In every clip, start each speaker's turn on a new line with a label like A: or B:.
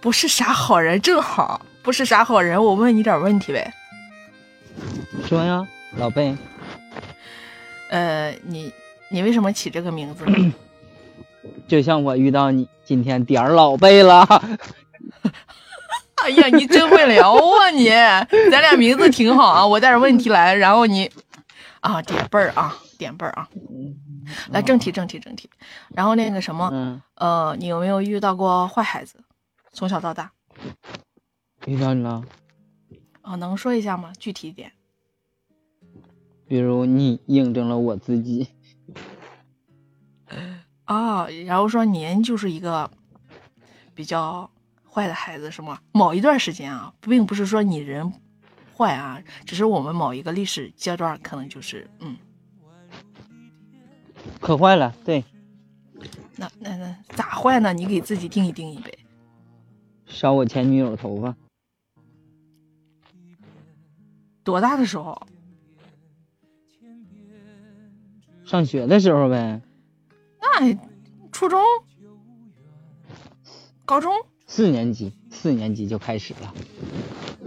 A: 不是啥好人，正好不是啥好人，我问你点问题呗。
B: 说呀，老贝，
A: 呃，你你为什么起这个名字？
B: 就像我遇到你今天点儿老贝了，
A: 哎呀，你真会聊啊 你！咱俩名字挺好啊，我带着问题来，然后你啊点背儿啊点背儿啊，来正题正题正题。然后那个什么，
B: 嗯，
A: 呃，你有没有遇到过坏孩子？从小到大
B: 遇到你了，
A: 啊，能说一下吗？具体一点。
B: 比如你印证了我自己，
A: 啊，然后说您就是一个比较坏的孩子，是吗？某一段时间啊，并不是说你人坏啊，只是我们某一个历史阶段可能就是，嗯，
B: 可坏了，对，
A: 那那那咋坏呢？你给自己定义定义呗。
B: 烧我前女友头发，
A: 多大的时候？
B: 上学的时候呗，
A: 那初中、高中？
B: 四年级，四年级就开始了，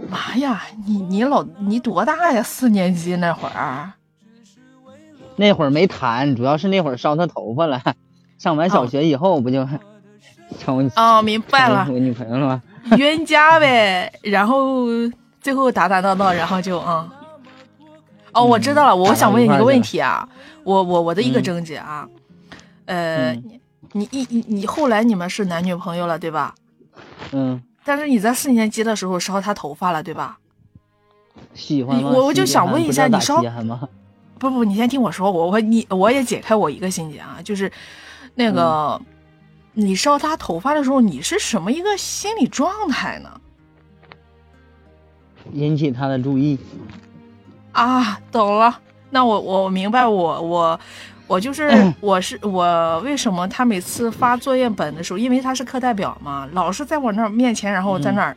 A: 妈呀，你你老你多大呀？四年级那会儿？啊
B: 那会儿没谈，主要是那会儿烧她头发了， 上完小学以后不 就成
A: 哦，明白哦了
B: 成，我女朋友了吗？
A: 冤家呗，然后最后打打闹闹，然后就啊、哦，我知道了，我想问你一个问题啊，我我我的一个症结啊，呃，
B: 嗯
A: 你你一你你后来你们是男女朋友了对吧？
B: 嗯，
A: 但是你在四年级的时候烧他头发了对吧？
B: 喜欢吗？
A: 你我我就
B: 稀罕
A: 想问一下
B: 不
A: 你
B: 知
A: 烧
B: 道咋稀罕吗？
A: 不不，你先听我说，我我你我也解开我一个心结啊，就是那个、你烧他头发的时候，你是什么一个心理状态呢？
B: 引起她的注意，
A: 啊，懂了。那我我明白我，我我就是我是我为什么他每次发作业本的时候，因为他是课代表嘛，老是在我那儿面前，然后我在那儿，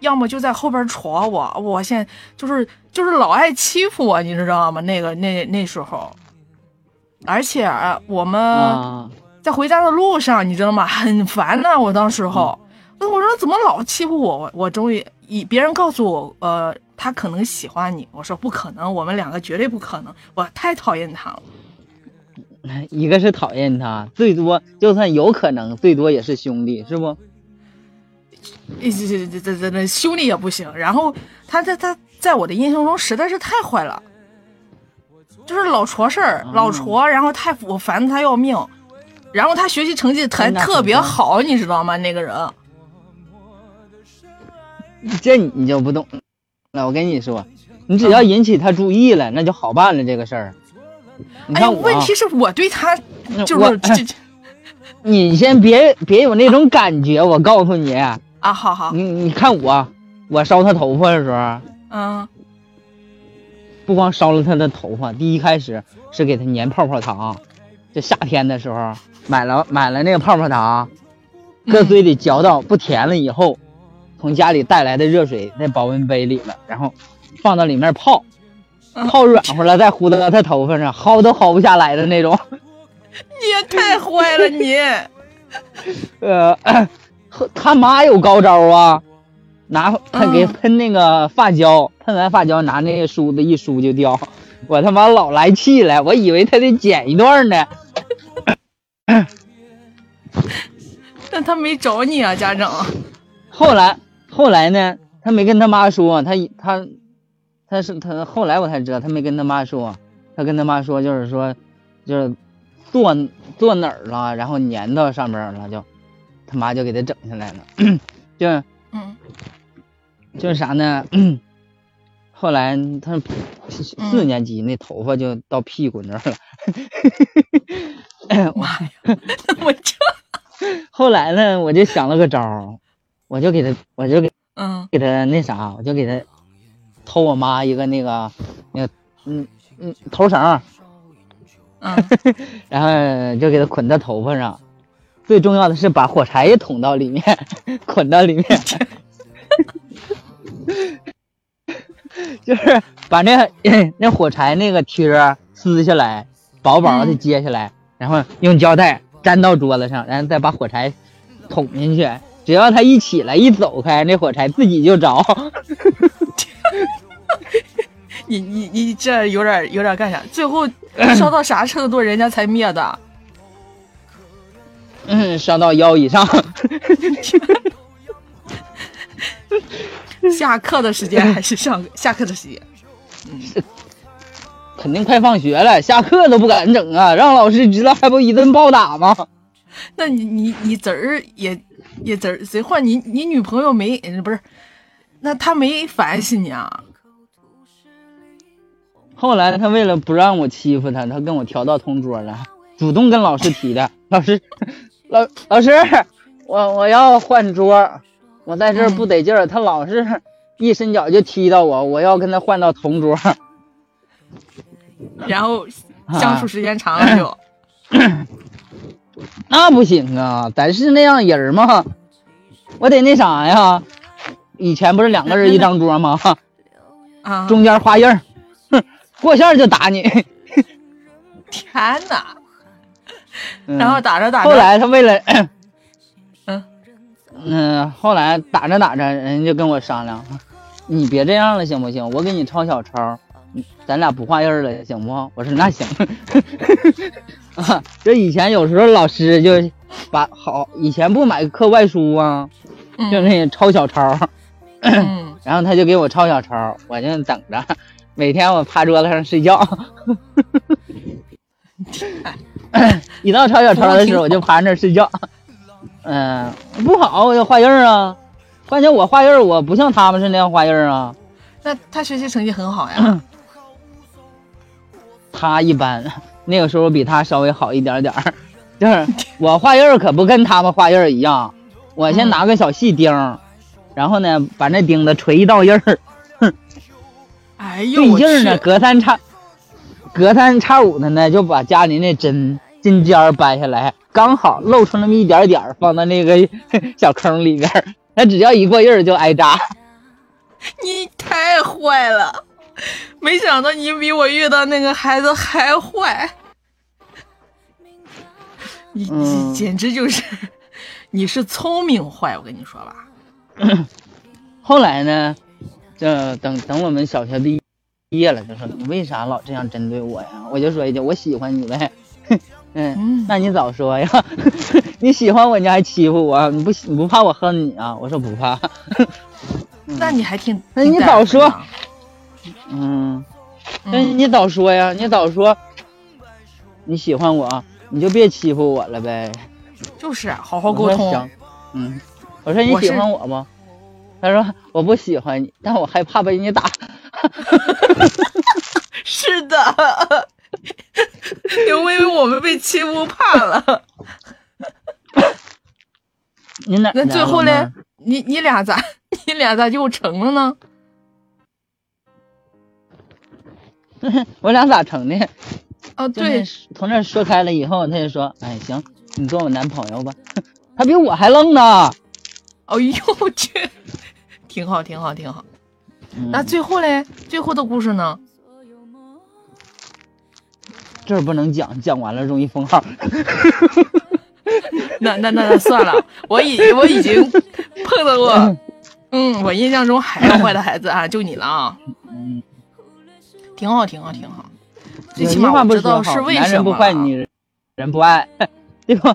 A: 要么就在后边戳我，我现在就是就是老爱欺负我，你知道吗？那个那那时候，而且啊我们、
B: 啊，
A: 在回家的路上，你知道吗？很烦呐、我当时候，那我说怎么老欺负我？我我终于以别人告诉我，呃，他可能喜欢你。我说不可能，我们两个绝对不可能。我太讨厌他了。
B: 一个是讨厌他，最多就算有可能，最多也是兄弟，是不？
A: 这这这这这这兄弟也不行。然后他他他在我的印象中实在是太坏了，就是老戳事儿，老戳，然后太我烦得他要命。然后他学习成绩还特别好，你知道吗？那个人，
B: 这你就不懂了。我跟你说，你只要
A: 嗯
B: 引起他注意了，那就好办了这个事儿。你
A: 哎呀，
B: 看我，啊
A: 问题是我对他
B: 那
A: 就
B: 我哎
A: 是这这
B: 你先别别有那种感觉，我告诉你，
A: 啊，好好，
B: 你你看我，我烧他头发的时候，
A: 嗯
B: 不光烧了他的头发，第一开始是给他粘泡泡糖，就夏天的时候买了买了那个泡泡糖，搁嘴里嚼到不甜了以后，从家里带来的热水在保温杯里了，然后放到里面泡，
A: 嗯
B: 泡软和了再糊到他头发上，薅都薅不下来的那种。
A: 你也太坏了你！
B: 呃， 他妈有高招啊，拿他给
A: 嗯
B: 喷那个发胶，喷完发胶拿那个梳子一梳就掉， 我他妈老来气了，我以为他得剪一段呢，
A: 但他没找你啊，家长。
B: 后来后来呢，他没跟他妈说，他他他是他后来我才知道他没跟他妈说，他跟他妈说就是说就是坐坐哪儿了，然后粘到上面了，就他妈就给他整下来了， 就。
A: 嗯
B: 就是啥呢？ 后来他四年级那头发就到屁股那儿了。
A: 我这
B: 后来呢，我就想了个招儿，我就给他，我就给
A: 嗯
B: 给他那啥，我就给他偷我妈一个那个那个嗯嗯头绳儿，
A: 嗯，
B: 然后就给他捆到头发上。最重要的是把火柴也捅到里面， 捆到里面， 就是把那 那火柴那个贴儿撕下来，薄薄的
A: 嗯
B: 揭下来，然后用胶带粘到桌子上，然后再把火柴捅进去，只要他一起来一走开，那火柴自己就着。
A: 你你你这有点有点干啥？最 后烧到啥程度人家才灭 的？
B: 嗯，烧到腰以上。
A: 下课的时间还是上 下课的时间？
B: 肯定快放学了，下课都不敢整啊，让老师知道还不一顿暴打吗？
A: 那你你你侄儿也也侄儿，谁换你你女朋友没呃不是？那他没烦死你啊？
B: 后来他为了不让我欺负他，他跟我调到同桌了，主动跟老师提的。 老师，老老师，我我要换桌，我在这儿不得劲儿。他老是一伸脚就踢到我，我要跟他换到同桌。
A: 然后相处时间长了 就，
B: 那不行啊，咱是那样人吗？我得那啥呀，以前不是两个人一张桌吗？
A: 啊，
B: 中间画印儿，哼，过线儿就打你。
A: 天哪！
B: 嗯
A: 然后打着打着，
B: 后来他 为了，
A: 嗯
B: 嗯，后来打着打着，人家就跟我商量，你别这样了，行不行？我给你抄小抄，嗯咱俩不画印儿了，行不？我说那行。 啊，这以前有时候老师就把好，以前不买课外书啊，就
A: 嗯
B: 那抄小抄，
A: 嗯，
B: 然后他就给我抄小抄，我就等着，每天我趴桌子上睡觉。一到抄小抄的时候，我就趴那儿睡觉。嗯，不好，我就画印儿啊。关键我画印儿，我不像他们是那样画印儿啊。
A: 那他学习成绩很好呀，
B: 他一般，那个时候比他稍微好一点点儿。 就是我画印儿可不跟他们画印儿一样，我先拿个小细钉儿，然后呢把那钉子锤一道印儿，
A: 哎呦
B: 对
A: 我
B: 劲儿
A: 去
B: 呢，，隔三差隔三差五的呢，就把家里那针针尖儿掰下来，刚好露出那么一点点儿，放到那个小坑里边儿。他只要一过印儿就挨扎，
A: 你太坏了，没想到你比我遇到那个孩子还坏，你你
B: 嗯
A: 简直就是，你是聪明坏，我跟你说吧，
B: 后来呢，这等等我们小学毕毕业了，就说你为啥老这样针对我呀？我就说一句，我喜欢你呗。嗯
A: 嗯，
B: 那你早说呀！你喜欢我，你还欺负我，你不你不怕我恨你啊？我说不怕。
A: 那你还挺，
B: 嗯那
A: 挺
B: 你
A: 带
B: 早
A: 劲
B: 说
A: 啊，
B: 嗯。那
A: 嗯，
B: 你早说呀！你早说，你喜欢我，你就别欺负我了呗。
A: 就是啊好好
B: 我
A: 沟
B: 说
A: 通
B: 行，，嗯，我说你
A: 我是
B: 喜欢我吗？他说我不喜欢你，但我害怕被你打。
A: 是的， 因为我们被欺负怕 了。
B: 你哪？
A: 那最后
B: 哪
A: 嘞
B: 儿了呢？，
A: 你你俩咋 你俩咋又成了呢？
B: 我俩咋成的？
A: 啊，
B: 就那
A: 对，
B: 从这说开了以后，他就说，哎，行，你做我男朋友吧。 他比我还愣呢。
A: 哎呦我去，挺好，挺好，挺好。
B: 嗯
A: 那最后嘞，最后的故事呢？
B: 这儿不能讲，讲完了容易封号。
A: 那那那那算 了，我已我已经碰到过，嗯，我印象中还有坏的孩子啊，就你了啊，
B: 嗯，
A: 挺好，挺好，挺好。最
B: 有
A: 起
B: 句
A: 码
B: 话
A: 我
B: 不
A: 知
B: 是说
A: 道
B: 好
A: 是为
B: 男
A: 什啊
B: 人不
A: 么
B: 坏，
A: 了。
B: 女人不爱，对吧？